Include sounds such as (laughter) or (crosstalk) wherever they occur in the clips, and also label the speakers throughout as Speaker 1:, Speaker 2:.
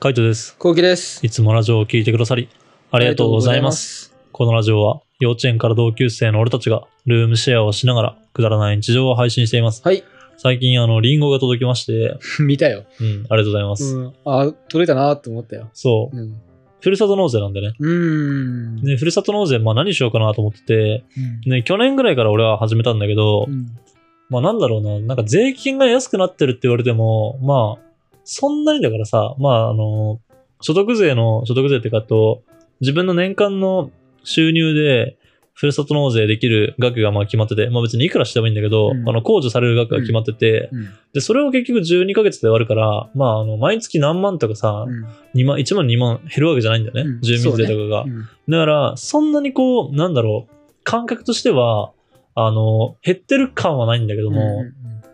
Speaker 1: カイトです。
Speaker 2: こうきです。
Speaker 1: いつもラジオを聞いてくださり、あ
Speaker 2: あ
Speaker 1: りがとうございます。
Speaker 2: す。
Speaker 1: このラジオは、幼稚園から同級生の俺たちが、ルームシェアをしながら、くだらない日常を配信しています。 (laughs)
Speaker 2: はい。
Speaker 1: 最近、あの、リンゴが届きまして、
Speaker 2: 見たよ。
Speaker 1: うん、ありがとうございます。
Speaker 2: うん。あ、届いたなと思ったよ。
Speaker 1: そう。
Speaker 2: うん。
Speaker 1: ふるさと納税なんでね。
Speaker 2: うーん。
Speaker 1: で、ふるさと納税、まあ何しようかなと思ってて、
Speaker 2: うん。
Speaker 1: ね、去年ぐらいから俺は始めたんだけど、
Speaker 2: うん
Speaker 1: まあなんだろうな、なんか税金が安くなってるって言われても、まあ、そんなにだからさ、まああの、所得税の、所得税ってかと、自分の年間の収入で、ふるさと納税できる額がまあ決まってて、まあ別にいくらしてもいいんだけど、
Speaker 2: うん
Speaker 1: あの、控除される額が決まってて、
Speaker 2: うん。
Speaker 1: で、それを結局12ヶ月で終わるから、まああの、毎月何万とかさ、
Speaker 2: うん
Speaker 1: 2万、1万2万減るわけじゃないんだよね、
Speaker 2: うん
Speaker 1: 住民税とかが。
Speaker 2: うん
Speaker 1: だから、そんなにこう、なんだろう、感覚としては、あの、減ってる感はないんだけど
Speaker 2: うん
Speaker 1: も、
Speaker 2: うんうん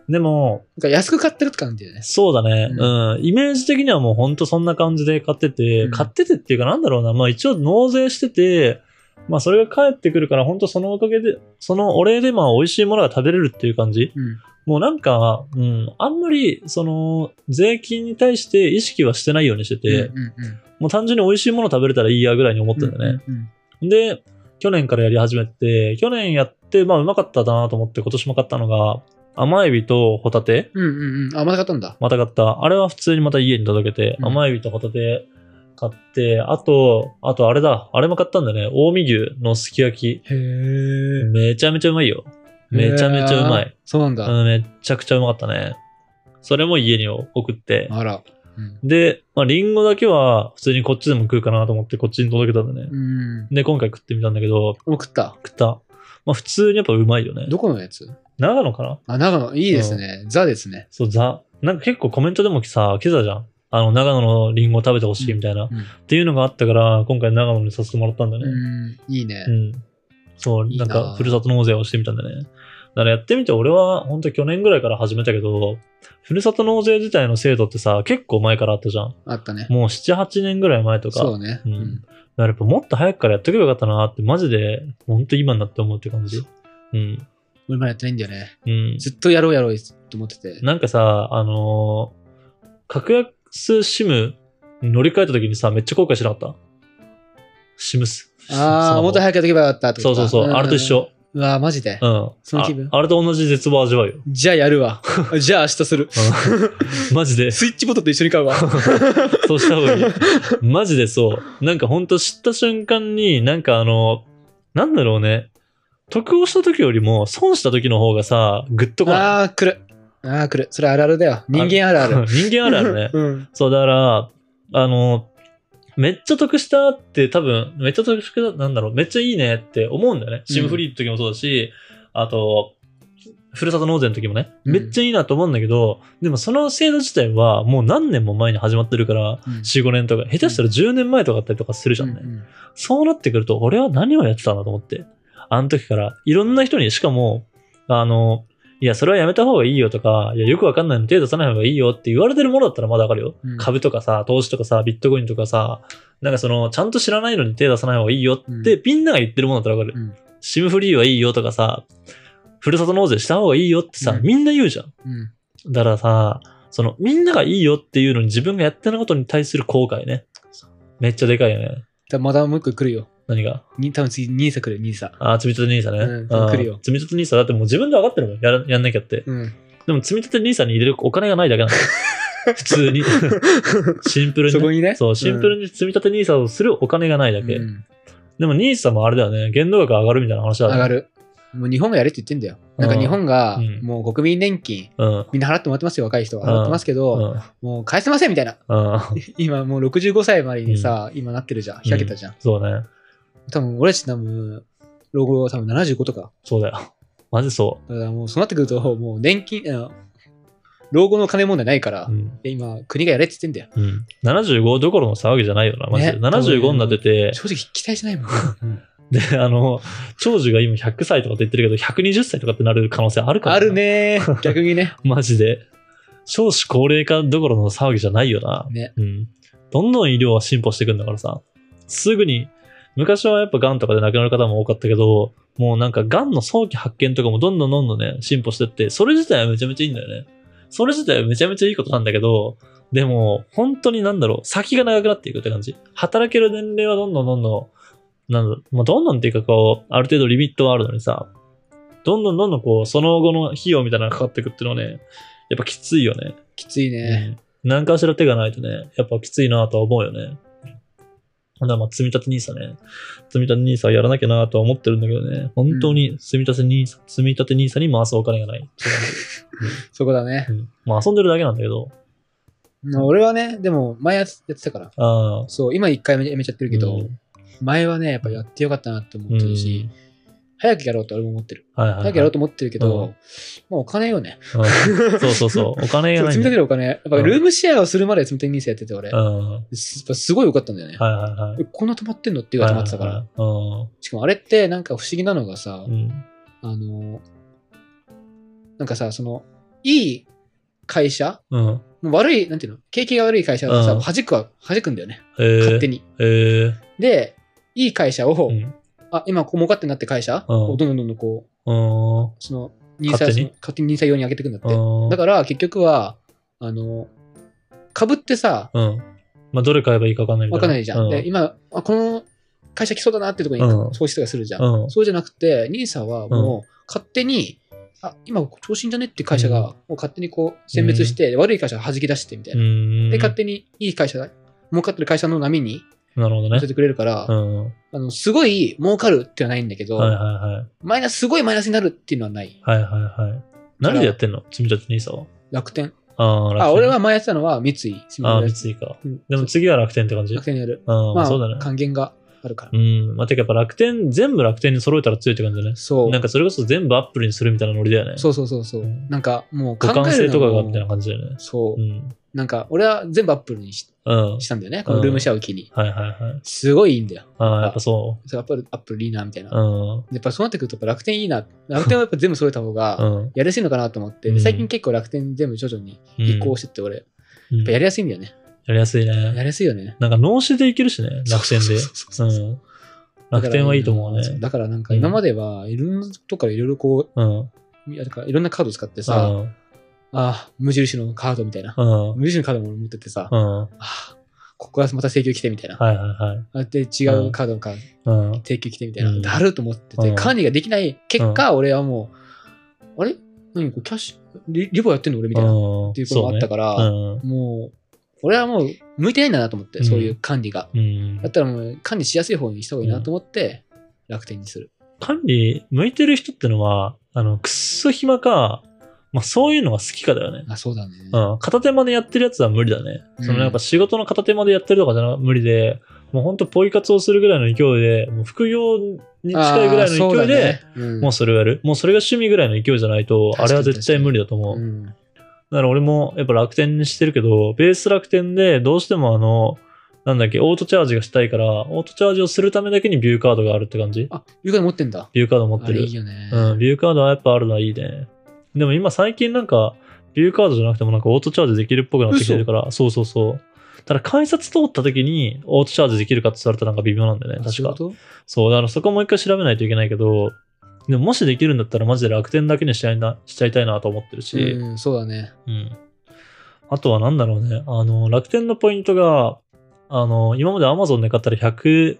Speaker 2: な
Speaker 1: で
Speaker 2: ん
Speaker 1: も、
Speaker 2: か安く買ってるって感じだよね。
Speaker 1: そうだね、う、
Speaker 2: うん
Speaker 1: イメージ的にはもうほんとそんな感じで買ってて、
Speaker 2: うん
Speaker 1: 買っててっていうかなんだろうな、まあ一応納税してて、まあそれが返ってくるから、ほんとそのおかげで、そのお礼でまあ美味しいものが食べれるっていう感じ。
Speaker 2: うん。
Speaker 1: もうなんか、うん、あんまり、その、税金に対して意識はしてないようにしてて、
Speaker 2: うんうんうん
Speaker 1: もう単純に美味しいもの食べれたらいいやぐらいに思ってんだよね。
Speaker 2: うんうん
Speaker 1: で、去年からやり始めて、去年やって、まあうまかったなと思って今年も買ったのが、甘エビとホタテ
Speaker 2: うんうんうん。あ、また買ったんだ。
Speaker 1: また買った。あれは普通にまた家に届けて、
Speaker 2: うん
Speaker 1: 甘エビとホタテ買って、あと、あとあれだ、あれも買ったんだね。近江牛のすき焼き。
Speaker 2: へえ。
Speaker 1: めちゃめちゃうまいよ。めちゃめちゃうまい。
Speaker 2: そうなん
Speaker 1: う
Speaker 2: だ。
Speaker 1: ん、めちゃくちゃうまかったね。それも家に送って。
Speaker 2: あら。うん
Speaker 1: で、まあ、リンゴだけは普通にこっちでも食うかなと思ってこっちに届けたんだね。
Speaker 2: うん。
Speaker 1: で、今回食ってみたんだけど、
Speaker 2: 送った。
Speaker 1: 食った。まあ普通にやっぱうまいよね。
Speaker 2: どこのやつ
Speaker 1: 長野かな
Speaker 2: あ、長野。いいですね。ザですね。
Speaker 1: そう、ザ。なんか結構コメントでもさ、今朝じゃん。あの、長野のリンゴを食べてほしいみたいな、
Speaker 2: うんうん
Speaker 1: っていうのがあったから、今回長野にさせてもらったんだね。
Speaker 2: うん。いいね
Speaker 1: うん。。そう、
Speaker 2: いい
Speaker 1: な
Speaker 2: なん
Speaker 1: か、ふるさと納税をしてみたんだね。だからやってみて、俺は本当去年ぐらいから始めたけど、ふるさと納税自体の制度ってさ、結構前からあったじゃん。
Speaker 2: あったね。
Speaker 1: もう7、8年ぐらい前とか。
Speaker 2: そうね。
Speaker 1: う
Speaker 2: うんん。
Speaker 1: だからやっぱもっと早くからやっとけばよかったなって、マジで、本当今になって思うって感じ。うん。
Speaker 2: 俺まだやってないんだよね。
Speaker 1: うん。
Speaker 2: ずっとやろうやろうと思ってて。
Speaker 1: なんかさ、あのー格安 SIM に乗り換えた時にさ、めっちゃ後悔しなかった ?SIM す。
Speaker 2: ああ、もっと
Speaker 1: く
Speaker 2: 早くやっとけばよかったって
Speaker 1: そ
Speaker 2: こ
Speaker 1: う
Speaker 2: と
Speaker 1: そうそう、
Speaker 2: んんん
Speaker 1: あれと一。緒。
Speaker 2: うわー、マジで
Speaker 1: う。ん。
Speaker 2: その気分
Speaker 1: ああれと同じ絶望を味わうよ。
Speaker 2: じゃあやるわ。じゃあ明日する。
Speaker 1: うん (laughs) マジで、
Speaker 2: スイッチボタンと一緒
Speaker 1: (laughs)
Speaker 2: に買うわ。
Speaker 1: そうした方がいい。マジでそう。なんかほんと知った瞬間に、なんかあの、なんだろうね。得をした時よりも、損した時の方がさ、ぐっとこない。
Speaker 2: ああ、来る。ああ、来る。それあるあるだよ。人間あるあ
Speaker 1: (laughs)
Speaker 2: る。
Speaker 1: 人間あるあるね。
Speaker 2: うん。
Speaker 1: そう、だから、あの、めっちゃ得したって多分、めっちゃ得した、なんだろう、めっちゃいいねって思うんだよね。
Speaker 2: うん
Speaker 1: シムフリーの時もそうだし、あと、ふるさと納税の時もね、
Speaker 2: うん
Speaker 1: めっちゃいいなと思うんだけど、でもその制度自体はもう何年も前に始まってるから、
Speaker 2: うん
Speaker 1: 4、5年とか、下手したら10年前とかあったりとかするじゃんね。
Speaker 2: うん
Speaker 1: そうなってくると、俺は何をやってたんだと思って。あの時から、いろんな人に、しかも、あの、いや、それはやめた方がいいよとか、いや、よくわかんないの手出さない方がいいよって言われてるものだったらまだわかるよ。
Speaker 2: うん
Speaker 1: 株とかさ、投資とかさ、ビットコインとかさ、なんかその、ちゃんと知らないのに手出さない方がいいよって、みんなが言ってるものだったらわかる。
Speaker 2: うん
Speaker 1: シムフリーはいいよとかさ、ふるさと納税した方がいいよってさ、
Speaker 2: うん
Speaker 1: みんな言うじゃん。
Speaker 2: うんうん
Speaker 1: だからさ、その、みんながいいよっていうのに自分がやってないことに対する後悔ね。めっちゃでかいよね。
Speaker 2: だまたもう一個来るよ。
Speaker 1: 何が
Speaker 2: に多分次、ニーサ来る、ニーサ。
Speaker 1: ああ、積み立て NISA ね。
Speaker 2: うん
Speaker 1: あー
Speaker 2: 来るよ
Speaker 1: 積み立て NISA だってもう自分で分かってるもん。やらやんなきゃって。
Speaker 2: うん。
Speaker 1: でも積み立て NISA に入れるお金がないだけな
Speaker 2: (laughs)
Speaker 1: の。普通に。シンプルにね、
Speaker 2: そこにね。
Speaker 1: そう、シンプルに積み立て NISA をするお金がないだけ。
Speaker 2: うん
Speaker 1: でも NISA もあれだよね。限度額上がるみたいな話だ
Speaker 2: 上
Speaker 1: よね。
Speaker 2: がる。もう日本がやれって言ってんだよ。なんか日本が
Speaker 1: うん、
Speaker 2: もう国民年金、みんな払ってもらってますよ、若い人は。
Speaker 1: うん
Speaker 2: 払ってますけ
Speaker 1: うん。
Speaker 2: ど、
Speaker 1: うん。
Speaker 2: もう返せませんみたいな。
Speaker 1: うん。 (laughs)
Speaker 2: 今もう65歳までにさ、今なってるじゃん。開けたじゃん。
Speaker 1: そうね。
Speaker 2: 多分俺たち多分、老後は多分75とか。
Speaker 1: そうだよ。マジそ
Speaker 2: だからもうそうなってくると、もう年金、あの老後の金問題ないから、
Speaker 1: う。うん。
Speaker 2: で今国がやれって言ってんだよ。
Speaker 1: うん。75どころの騒ぎじゃないよな。マジで。
Speaker 2: ね
Speaker 1: 75になってて、
Speaker 2: 正直期待しないもん。
Speaker 1: で、 (laughs) あの、長女が今100歳とかって言ってるけど、120歳とかってなる可能性あるから
Speaker 2: あ
Speaker 1: ね
Speaker 2: るねー逆にね。
Speaker 1: (laughs) マジで。少子高齢化どころの騒ぎじゃないよな。
Speaker 2: ね。
Speaker 1: うん。どんどん医療は進歩していくんだからさ。すぐに、昔はやっぱ癌とかで亡くなる方も多かったけど、もうなんか癌の早期発見とかもどんどんどんどんね、進歩してって、それ自体はめちゃめちゃいいんだよね。それ自体はめちゃめちゃいいことなんだけど、でも、本当になんだろう、先が長くなっていくって感じ。働ける年齢はどんどんどんどん、なんだろう、まあ、どんどんっていうかこう、ある程度リミットはあるのにさ、どんどんどんどんこう、その後の費用みたいなのがかかってくっていうのはね、やっぱきついよね。
Speaker 2: きついね。
Speaker 1: うん何かしら手がないとね、やっぱきついなとは思うよね。だからまあ、積み立て NISA ね。積み立て NISA やらなきゃなとは思ってるんだけどね、本当に積み立て NISA、積み立て NISA に回すお金がない。
Speaker 2: そこだね。
Speaker 1: うんまあ、遊んでるだけなんだけど、
Speaker 2: まあ俺はね、でも前やってたから。
Speaker 1: ああ。
Speaker 2: そう、今一回目やめちゃってるけど、
Speaker 1: うん
Speaker 2: 前はね、やっぱやってよかったなって思ってるし、早くやろうと俺も思ってる。
Speaker 1: はいはいはい、
Speaker 2: 早くやろうと思ってるけど、
Speaker 1: うん
Speaker 2: まあお金よね。
Speaker 1: うんそうそう
Speaker 2: (laughs)
Speaker 1: そう。お金
Speaker 2: そ
Speaker 1: が
Speaker 2: う
Speaker 1: ない
Speaker 2: 積
Speaker 1: ん
Speaker 2: み
Speaker 1: だ
Speaker 2: 立て
Speaker 1: よ。
Speaker 2: るお金、やっぱルームシェアをするまで積み立て NISA やってて俺、
Speaker 1: うん。はい
Speaker 2: すやっぱすごい良かったんだよね。
Speaker 1: はいはい。
Speaker 2: えこんな止まってんのっていうぐらい止まってたから。
Speaker 1: はいは
Speaker 2: しかもあれってなんか不思議なのがさ、
Speaker 1: いはい。うん。うん
Speaker 2: あの、なんかさ、その、いい会社
Speaker 1: うん。
Speaker 2: もう悪い、なんていうの景気が悪い会社がさ、
Speaker 1: うん
Speaker 2: 弾くは、弾くんだよね。
Speaker 1: えー、
Speaker 2: 勝手に。
Speaker 1: えー
Speaker 2: で、いい会社を、
Speaker 1: うん
Speaker 2: あ、今、こう儲かってんなって会社
Speaker 1: うん
Speaker 2: をどんどんどんどんこう、
Speaker 1: うん。うん
Speaker 2: その、認
Speaker 1: 勝手
Speaker 2: 査、そ
Speaker 1: に
Speaker 2: の勝手に認査用に上げていくんだって。
Speaker 1: か
Speaker 2: だから、結局は、あの、株ってさ、
Speaker 1: ら、うん。まあ、どれ買えばいいか分かんないみた
Speaker 2: わ
Speaker 1: い
Speaker 2: か
Speaker 1: な。
Speaker 2: んないじゃん。で、今、あこの会社来そうだなってとこ
Speaker 1: う
Speaker 2: に
Speaker 1: ん
Speaker 2: 投資とかするじゃん。
Speaker 1: うん。うん。
Speaker 2: そうじゃなくて、ニーサはもう勝手に、あ今調子いいんじゃねって会社
Speaker 1: うん
Speaker 2: が、もう勝手にこう選別して、悪い会社は弾き出してみたいな。
Speaker 1: うん。
Speaker 2: で、勝手にいい会社だ、儲かってる会社の波に
Speaker 1: なるほど
Speaker 2: 乗
Speaker 1: ね
Speaker 2: せ。てくれるから、
Speaker 1: うん。はい
Speaker 2: あのすごい儲かるってはないんだけど、
Speaker 1: はいはい。
Speaker 2: マイナス、すごいマイナスになるっていうのはない。
Speaker 1: はいはいはい。何でやってんの積み立て NISA は。
Speaker 2: 楽天。
Speaker 1: ああ、楽天
Speaker 2: あ、俺。は前やってたのは三井住
Speaker 1: ああ、
Speaker 2: 友
Speaker 1: 三
Speaker 2: です
Speaker 1: 井か。
Speaker 2: うん
Speaker 1: でも次は楽天って感じ。
Speaker 2: 楽天でやる。
Speaker 1: あ
Speaker 2: ま
Speaker 1: あ、
Speaker 2: あ、
Speaker 1: そうだね。
Speaker 2: 還元があるから。
Speaker 1: うん。まあ、てかやっぱ楽天、全部楽天に揃えたら強いって感じだね。
Speaker 2: そう
Speaker 1: なんかそれこそ全部アップルにするみたいなノリだよね。
Speaker 2: そうそうそうそう。
Speaker 1: うん
Speaker 2: なんかもう考
Speaker 1: 互換
Speaker 2: え
Speaker 1: 性
Speaker 2: る
Speaker 1: と
Speaker 2: の
Speaker 1: かが
Speaker 2: も
Speaker 1: みたいな感じだよね。
Speaker 2: そう
Speaker 1: う。ん。
Speaker 2: なんか俺は全部アップルにし
Speaker 1: うん。
Speaker 2: したんだよね。このルームシェアを機に。
Speaker 1: はいはいはい。
Speaker 2: すごいいいんだよ。
Speaker 1: ああ、やっぱそ。
Speaker 2: それアップル、アップルいいな、みたいう
Speaker 1: う
Speaker 2: な。
Speaker 1: ん。
Speaker 2: やっぱそうなってくるとやっぱ楽天いいな。楽天はやっぱ全部揃えた方
Speaker 1: う
Speaker 2: が、
Speaker 1: ん。
Speaker 2: やりやすいのかなと思って、
Speaker 1: うん
Speaker 2: で最近結構楽天全部徐々に移行してって、俺、や
Speaker 1: うん
Speaker 2: っぱやりやすいんだよね。
Speaker 1: やりやすい
Speaker 2: やり
Speaker 1: ね。
Speaker 2: やすいよね。
Speaker 1: なんか脳死でいけるしね、楽天
Speaker 2: (laughs) そう
Speaker 1: で。
Speaker 2: そうそうそうそう
Speaker 1: うん。楽天はいいと思うね。
Speaker 2: だからなんか今までは、いろんなとこからいろいろこ
Speaker 1: うん。
Speaker 2: う、いやなんかいろんなカード使って
Speaker 1: う
Speaker 2: さ、
Speaker 1: ん。
Speaker 2: ああ、無印のカードみたいな。
Speaker 1: うん。
Speaker 2: 無印のカードも持ってってさ、あ
Speaker 1: うん。
Speaker 2: あ、ここはまた請求来てみたいな。
Speaker 1: はいはいはい。
Speaker 2: あで、違うカードから
Speaker 1: うん。
Speaker 2: 請求来てみたいな、
Speaker 1: うん
Speaker 2: だると思ってて、
Speaker 1: うん
Speaker 2: 管理ができない結果、俺はもう、あれ何これキャッシュリ、リボやってんの俺みたいな、っ
Speaker 1: って
Speaker 2: いうこともあったから、
Speaker 1: うん。
Speaker 2: もう、俺はもう、向いてないんだなと思って、
Speaker 1: うん
Speaker 2: そういう管理が。
Speaker 1: うん
Speaker 2: だっ。たらもう、管理しやすい方にした方がいいなと思って、楽天にする。
Speaker 1: 管理、向いてる人ってのは、あの、くっそ暇か、まあそういうのが好きかだよね。
Speaker 2: あ、そうだね。
Speaker 1: うん、片手間でやってるやつは無理だね。
Speaker 2: うん
Speaker 1: そのやっぱ仕事の片手間でやってるとかじゃな無理で、もうほんとポイ活をするぐらいの勢いで、もう副業に近いぐらいの勢いで、もう
Speaker 2: う
Speaker 1: それをやる。もうそれが趣味ぐらいの勢いじゃないと、あ
Speaker 2: 確
Speaker 1: れ
Speaker 2: かに
Speaker 1: は絶対無理だと思う。
Speaker 2: ん、うん
Speaker 1: だから俺もやっぱ楽天にしてるけど、ベース楽天でどうしてもあの、なんだっけ、オートチャージがしたいから、オートチャージをするためだけにビューカードがあるって感じ
Speaker 2: あ、床で持ってんだ。
Speaker 1: ビューカード持って
Speaker 2: あれ
Speaker 1: る
Speaker 2: いい。よね。
Speaker 1: うん、ビューカードはやっぱあるのはいいね。でも今最近なんか、ビューカードじゃなくてもなんかオートチャージできるっぽくなってきてるから、そうそうそう。ただ改札通った時にオートチャージできるかって言われたらなんか微妙なんだよね、
Speaker 2: あ
Speaker 1: 確
Speaker 2: そういう
Speaker 1: か
Speaker 2: こ。と
Speaker 1: そう、だからそこもう一回調べないといけないけど、でももしできるんだったらマジで楽天だけにしちゃいなしちゃいたいなと思ってるし、
Speaker 2: うん、そうだね。
Speaker 1: うん。あとはなんだろうね、あの、楽天のポイントが、あの、今まで Amazon で買ったら100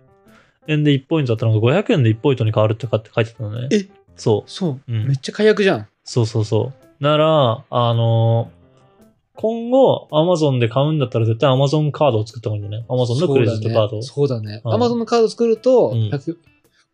Speaker 1: 円で1ポイントだったのが500円で1ポイントに変わるって書いてたのね。
Speaker 2: え
Speaker 1: そ
Speaker 2: そう。
Speaker 1: う。うん
Speaker 2: めっちゃ解約じゃん。
Speaker 1: そうそうそう。なら、あの今後、Amazon で買うんだったら絶対 Amazon カードを作った方がいいんだよね。Amazon のクレジットカードを。
Speaker 2: そうだね。
Speaker 1: うん
Speaker 2: アマゾンのカード作ると
Speaker 1: うん
Speaker 2: 100、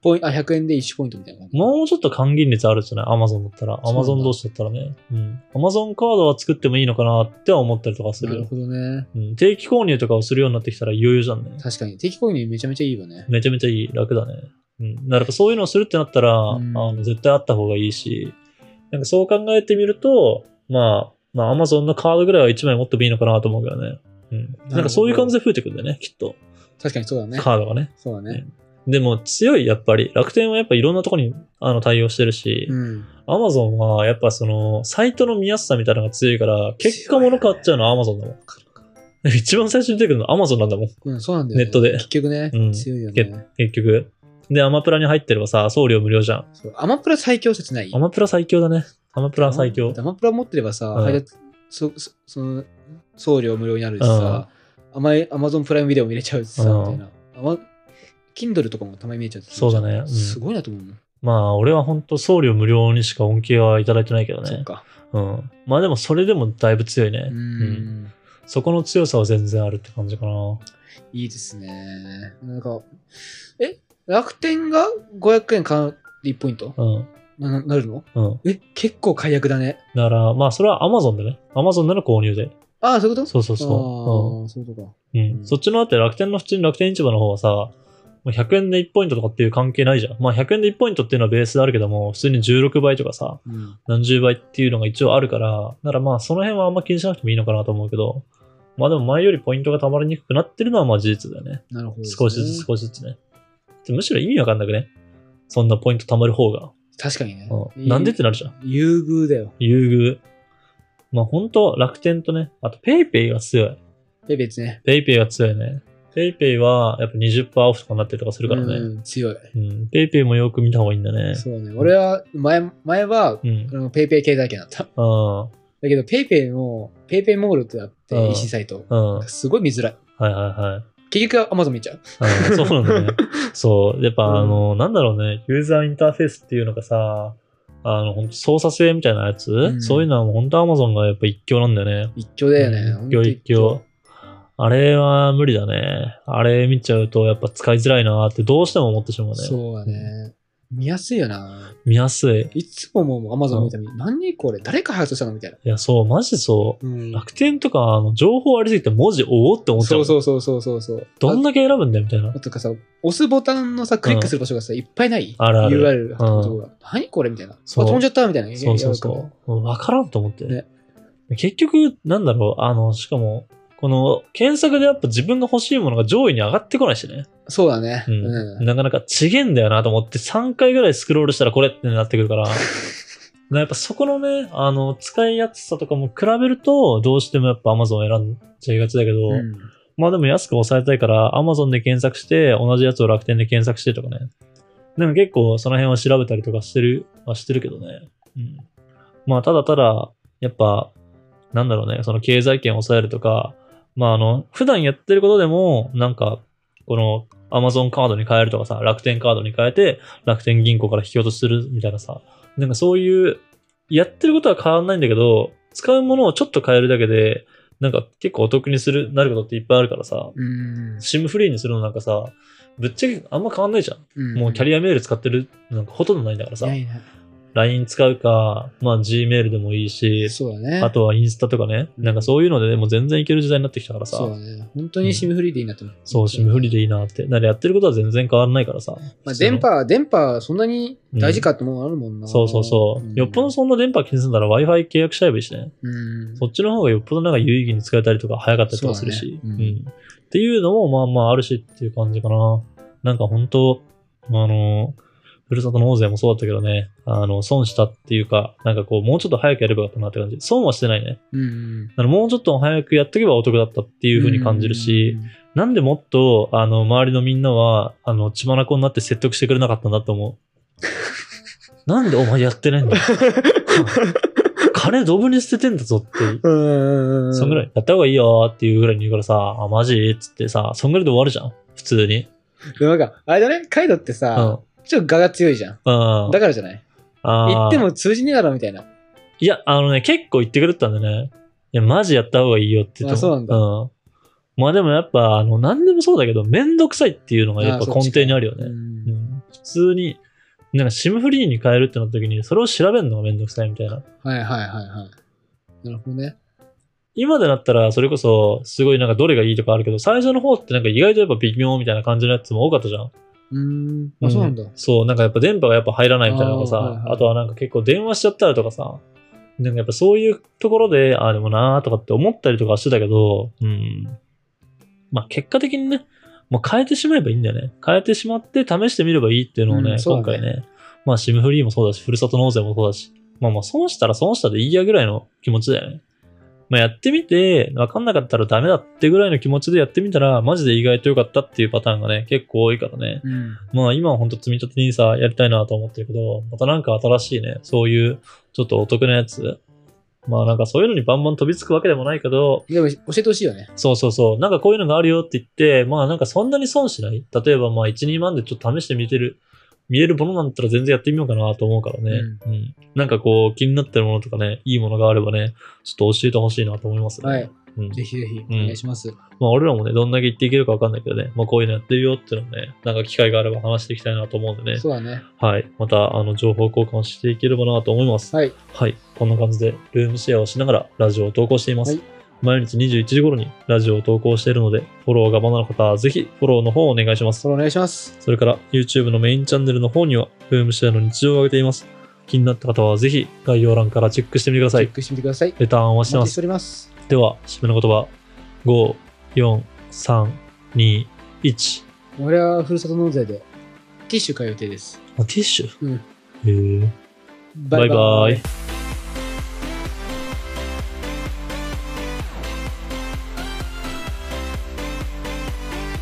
Speaker 2: ポインあ100円で1ポイントみたいな感じ。
Speaker 1: もうちょっと還元率あるじゃない ?Amazon だったら。
Speaker 2: そうなんだ
Speaker 1: Amazon 同士だったらね。うん。Amazon カードは作ってもいいのかなっては思ったりとかす
Speaker 2: なる
Speaker 1: る。
Speaker 2: ほどね。
Speaker 1: うん、定期購入とかをするようになってきたらいよいよじゃんね。
Speaker 2: 確かに。定期購入めちゃめちゃいいよね。
Speaker 1: めちゃめちゃいい。楽だね。うん。だからやっぱそういうのをするってなったら、
Speaker 2: ん
Speaker 1: あの絶対あった方がいいし、なんかそう考えてみると、まあ、まあ、Amazon のカードぐらいは1枚持ってもいいのかなと思うけどね。うん。なんかそういう感じで増えてくんだよね、きっと。
Speaker 2: 確かにそうだね。
Speaker 1: カードがね。
Speaker 2: そうだね。
Speaker 1: でも強い、やっぱり。楽天はやっぱいろんなとこにあの対応してるし、
Speaker 2: うん。
Speaker 1: Amazon はやっぱその、サイトの見やすさみたいなのが強いから、結果物買っちゃうのは Amazon だもん。一番最初に出てくるのは Amazon なんだもん、
Speaker 2: うん、そうなんだよ、ね。
Speaker 1: ネットで。
Speaker 2: 結局ね、
Speaker 1: うん
Speaker 2: 強いよ
Speaker 1: け
Speaker 2: ね。
Speaker 1: 結局。で、アマプラに入ってればさ、送料無料じゃん。
Speaker 2: そうアマプラ最強説ない
Speaker 1: アマプラ最強だね。アマプラ最強。
Speaker 2: アマプラ持ってればさ、
Speaker 1: うん
Speaker 2: 配達そそその送料無料になるしさ、甘いアマゾンプライムビデオも入れちゃうしさ、
Speaker 1: うん
Speaker 2: みたいな。あま Kindle とかもたまに見えちゃって
Speaker 1: そうだねうん
Speaker 2: すごいなと思うもん、
Speaker 1: まあ、俺は本当送料無料にしか恩恵はいただいてないけど
Speaker 2: そっ
Speaker 1: ね。
Speaker 2: か。
Speaker 1: うん。まあでも、それでもだいぶ強いね。う
Speaker 2: う
Speaker 1: ん
Speaker 2: ん
Speaker 1: そこの強さは全然あるって感じかな。
Speaker 2: いいですね。なんか、え、楽天が500円買う1ポイント
Speaker 1: うん。
Speaker 2: ななるの
Speaker 1: うん。
Speaker 2: え、結構解約だね。
Speaker 1: だから、まあ、それは Amazon でね。Amazon での購入で。
Speaker 2: ああ、そういうこと
Speaker 1: そうそう
Speaker 2: あ
Speaker 1: そ
Speaker 2: あ、そういうことか。
Speaker 1: う。うん。うん、そっちのだって楽天の普通に楽天市場の方はさ、もう100円で1ポイントとかっていう関係ないじゃん。まあ100円で1ポイントっていうのはベースであるけども、普通に16倍とかさ、
Speaker 2: うん
Speaker 1: 何十倍っていうのが一応あるから、だからまあその辺はあんま気にしなくてもいいのかなと思うけど、まあでも前よりポイントが貯まりにくくなってるのはまあ事実だよね。
Speaker 2: なるほど、
Speaker 1: 少しずつ。少しずつね。でむしろ意味わかんなくね。そんなポイント貯まる方が。
Speaker 2: 確かにね。
Speaker 1: うん、なんでってなるじゃん。
Speaker 2: 優遇だよ。
Speaker 1: 優遇。まあ本当楽天とね、あと PayPay ペイペイが強い。
Speaker 2: え、別ね。
Speaker 1: PayPay ペイペイが強いね。PayPay ペイペイはやっぱ20%オフとかになってるとかするからね。
Speaker 2: うん、強い。
Speaker 1: うん。PayPay ペイペイもよく見た方がいいんだね。
Speaker 2: そうね。俺は、前、前は、
Speaker 1: うん
Speaker 2: あ。のペイペイ経済圏だった。
Speaker 1: うん。
Speaker 2: だけど、ペイペイの、ペイペイモールってあっ
Speaker 1: うん
Speaker 2: て、EC サイト。
Speaker 1: うん。はい
Speaker 2: すごい見づらい。
Speaker 1: はいはい。
Speaker 2: 結局、アマゾン見ちゃう。 (laughs)
Speaker 1: うんそうなんだね。そう。やっぱ、
Speaker 2: うん
Speaker 1: あの、なんだろうね、ユーザーインターフェースっていうのがさ、あの、ほんと操作性みたいなやつ、
Speaker 2: ん
Speaker 1: そういうのはもう本当 Amazon がやっぱ一強なんだよね。
Speaker 2: 一挙だよね。
Speaker 1: う
Speaker 2: ほ
Speaker 1: ん一
Speaker 2: んと
Speaker 1: 強一強。。あれは無理だね。あれ見ちゃうとやっぱ使いづらいなってどうしても思ってしまうね。
Speaker 2: そうだね。見やすいよな。
Speaker 1: 見やすい。
Speaker 2: いつももうアマゾン見たみ、何これ誰か配送したのみたいな。
Speaker 1: いや、そう、マジそう。
Speaker 2: うん。
Speaker 1: 楽天とか、あの、情報ありすぎて文字おおって思っちゃ。
Speaker 2: そううそうそうそうそうそう。
Speaker 1: どんだけ選ぶんだよ、みたいな
Speaker 2: あ。とかさ、押すボタンのさ、クリックする場所がさ、いっぱいない
Speaker 1: あるある
Speaker 2: ?URL 貼ったとこが。何これみたいな。あ、
Speaker 1: そう
Speaker 2: 飛んじゃったみたいな。
Speaker 1: そうそう
Speaker 2: やばいか
Speaker 1: そう。わからんと思って。
Speaker 2: ね
Speaker 1: 結局、なんだろう、あの、しかも、この、検索でやっぱ自分が欲しいものが上位に上がってこないしね。
Speaker 2: らそうだね。
Speaker 1: う。
Speaker 2: うんん。
Speaker 1: なかなか、ちげんだよなと思って、3回ぐらいスクロールしたらこれってなってくる
Speaker 2: (laughs)
Speaker 1: から。なやっぱそこのね、あの、使いやすさとかも比べると、どうしてもやっぱ Amazon 選んじゃいがちだけど、
Speaker 2: うん
Speaker 1: まあでも安く抑えたいから、Amazon で検索して、同じやつを楽天で検索してとかね。でも結構その辺は調べたりとかしてる、はしてるけどね。うん。まあただただ、やっぱ、なんだろうね、その経済圏を抑えるとか、まああの、普段やってることでも、なんか、この Amazon カードに変えるとかさ、楽天カードに変えて、楽天銀行から引き落としするみたいなさ、なんかそういう、やってることは変わんないんだけど、使うものをちょっと変えるだけで、なんか結構お得にする、なることっていっぱいあるからさ、
Speaker 2: うん。
Speaker 1: シムフリーにするのなんかさ、ぶっちゃけあんま変わんないじゃん。
Speaker 2: うん
Speaker 1: もうキャリアメール使ってるなんかほとんどないんだからさ
Speaker 2: な、いな
Speaker 1: LINE 使うか、まあ Gmail でもいいし、
Speaker 2: そうだね。
Speaker 1: あとはインスタとかね、
Speaker 2: うん
Speaker 1: なんかそういうので、ね、もう全然いける時代になってきたからさ
Speaker 2: そう、だね。本当にシムフリーでいいなと思う。
Speaker 1: そう、シムフリーでいいなって。ならやってることは全然変わらないからさ。
Speaker 2: まあ、電波、電波、そんなに大事かってもんあるもんな。
Speaker 1: そうそうそう。
Speaker 2: ん
Speaker 1: よっぽどそんな電波気にするなら Wi-Fi 契約しちゃえばいいしね。
Speaker 2: うん。
Speaker 1: そっちの方がよっぽどなんか有意義に使えたりとか早かったりとかするし。
Speaker 2: そうだ
Speaker 1: う
Speaker 2: ねうん
Speaker 1: んっていうのもまあまああるしっていう感じかな。なんか本当、あの、ふるさと納税もそうだったけどね、あの、損したっていうか、なんかこう、もうちょっと早くやればよかったなって感じ。損はしてないね。
Speaker 2: うんうん。
Speaker 1: だからもうちょっと早くやっとけばお得だったっていう風に感じるし、
Speaker 2: うん、
Speaker 1: なんでもっと、あの、周りのみんなは、あの、血眼になって説得してくれなかったんだと
Speaker 2: (laughs)
Speaker 1: 思う。なんでお前やってないんだ金ドブに捨ててんだぞって。
Speaker 2: うんうんうん。
Speaker 1: そんぐら
Speaker 2: い。
Speaker 1: いやった方がいいよっていうぐらいに言うからさ、あ、マジっつってさ、そんぐらいで終わるじゃん。普通に。
Speaker 2: でもなんか、あれだね、カイドって
Speaker 1: う
Speaker 2: さ
Speaker 1: ん、。
Speaker 2: ちょっと我が強いじゃん。
Speaker 1: うん。
Speaker 2: だからじゃない
Speaker 1: あー
Speaker 2: 言っても通じねえだろみたいな。
Speaker 1: いや、あのね、結構言ってくれてたんだよね。いや、マジやった方がいいよって言っても
Speaker 2: あそうなんだ
Speaker 1: うん。まあでもやっぱ、あの、何でもそうだけど、めんどくさいっていうのがやっぱ
Speaker 2: あそっ
Speaker 1: 根
Speaker 2: ちか
Speaker 1: 底にあるよね。うん普通に、なんか SIM フリーに変えるってなった時に、それを調べるのがめんどくさいみたいな。
Speaker 2: はいはいはいはい。なるほどね。
Speaker 1: 今でなったら、それこそ、すごいなんかどれがいいとかあるけど、最初の方ってなんか意外とやっぱ微妙みたいな感じのやつも多かったじゃん。
Speaker 2: うーん。あ、そうなんだ。
Speaker 1: そう、なんかやっぱ電波がやっぱ入らないみたいなのがさ、あ,、
Speaker 2: あーはいはい
Speaker 1: とはなんか結構電話しちゃったらとかさ、なんかやっぱそういうところで、ああでもなーとかって思ったりとかはしてたけど、うん。まあ結果的にね、もう変えてしまえばいいんだよね。変えてしまって試してみればいいっていうのをね、
Speaker 2: うんそう
Speaker 1: 今
Speaker 2: だね
Speaker 1: 回ね、まあ SIM フリーもそうだし、ふるさと納税もそうだし、まあまあ損したら損したでいいやぐらいの気持ちだよね。まあやってみて、わかんなかったらダメだってぐらいの気持ちでやってみたら、マジで意外と良かったっていうパターンがね、結構多いからね。
Speaker 2: うん。
Speaker 1: まあ今は本当積み立て NISA やりたいなと思ってるけど、またなんか新しいね、そういうちょっとお得なやつ、まあなんかそういうのにバンバン飛びつくわけでもないけど、
Speaker 2: でも教えてほしいよね。
Speaker 1: そうそうそう。なんかこういうのがあるよって言って、まあなんかそんなに損しない。例えばまあ1、2万でちょっと試してみてる、見えるものなんだったら全然やってみようかなと思うからね。うん。なんかこう気になってるものとかね、いいものがあればね、ちょっと教えてほしいなと思いますね。
Speaker 2: はい。
Speaker 1: うん。
Speaker 2: ぜひぜひ、お願いします。
Speaker 1: まあ俺らもね、どんだけ言っていけるかわかんないけどね、まあこういうのやってるよっていうのをね、なんか機会があれば話していきたいなと思うんでね。
Speaker 2: そうだね。
Speaker 1: はい。また、あの、情報交換をしていければなと思います。
Speaker 2: はい。
Speaker 1: はい。こんな感じで、ルームシェアをしながらラジオを投稿しています。
Speaker 2: はい
Speaker 1: 毎日21時頃にラジオを投稿しているので、フォローがまだの方はぜひフォローの方をお願いします。
Speaker 2: それお願いします。
Speaker 1: それから、YouTube のメインチャンネルの方には、ルームシェアの日常を上げています。気になった方はぜひ概要欄からチェックしてみてくだ
Speaker 2: チ
Speaker 1: さ
Speaker 2: ェッ
Speaker 1: い。
Speaker 2: クしてみてください。
Speaker 1: レターンをお待ちして
Speaker 2: お
Speaker 1: ま
Speaker 2: 待ちし
Speaker 1: す。
Speaker 2: ております。
Speaker 1: では、締めの言葉、5、4、3、2、1。
Speaker 2: 俺はふるさと納税でティッシュ買う予定です。
Speaker 1: あ、ティッシュ
Speaker 2: うん
Speaker 1: へえ。バイバイ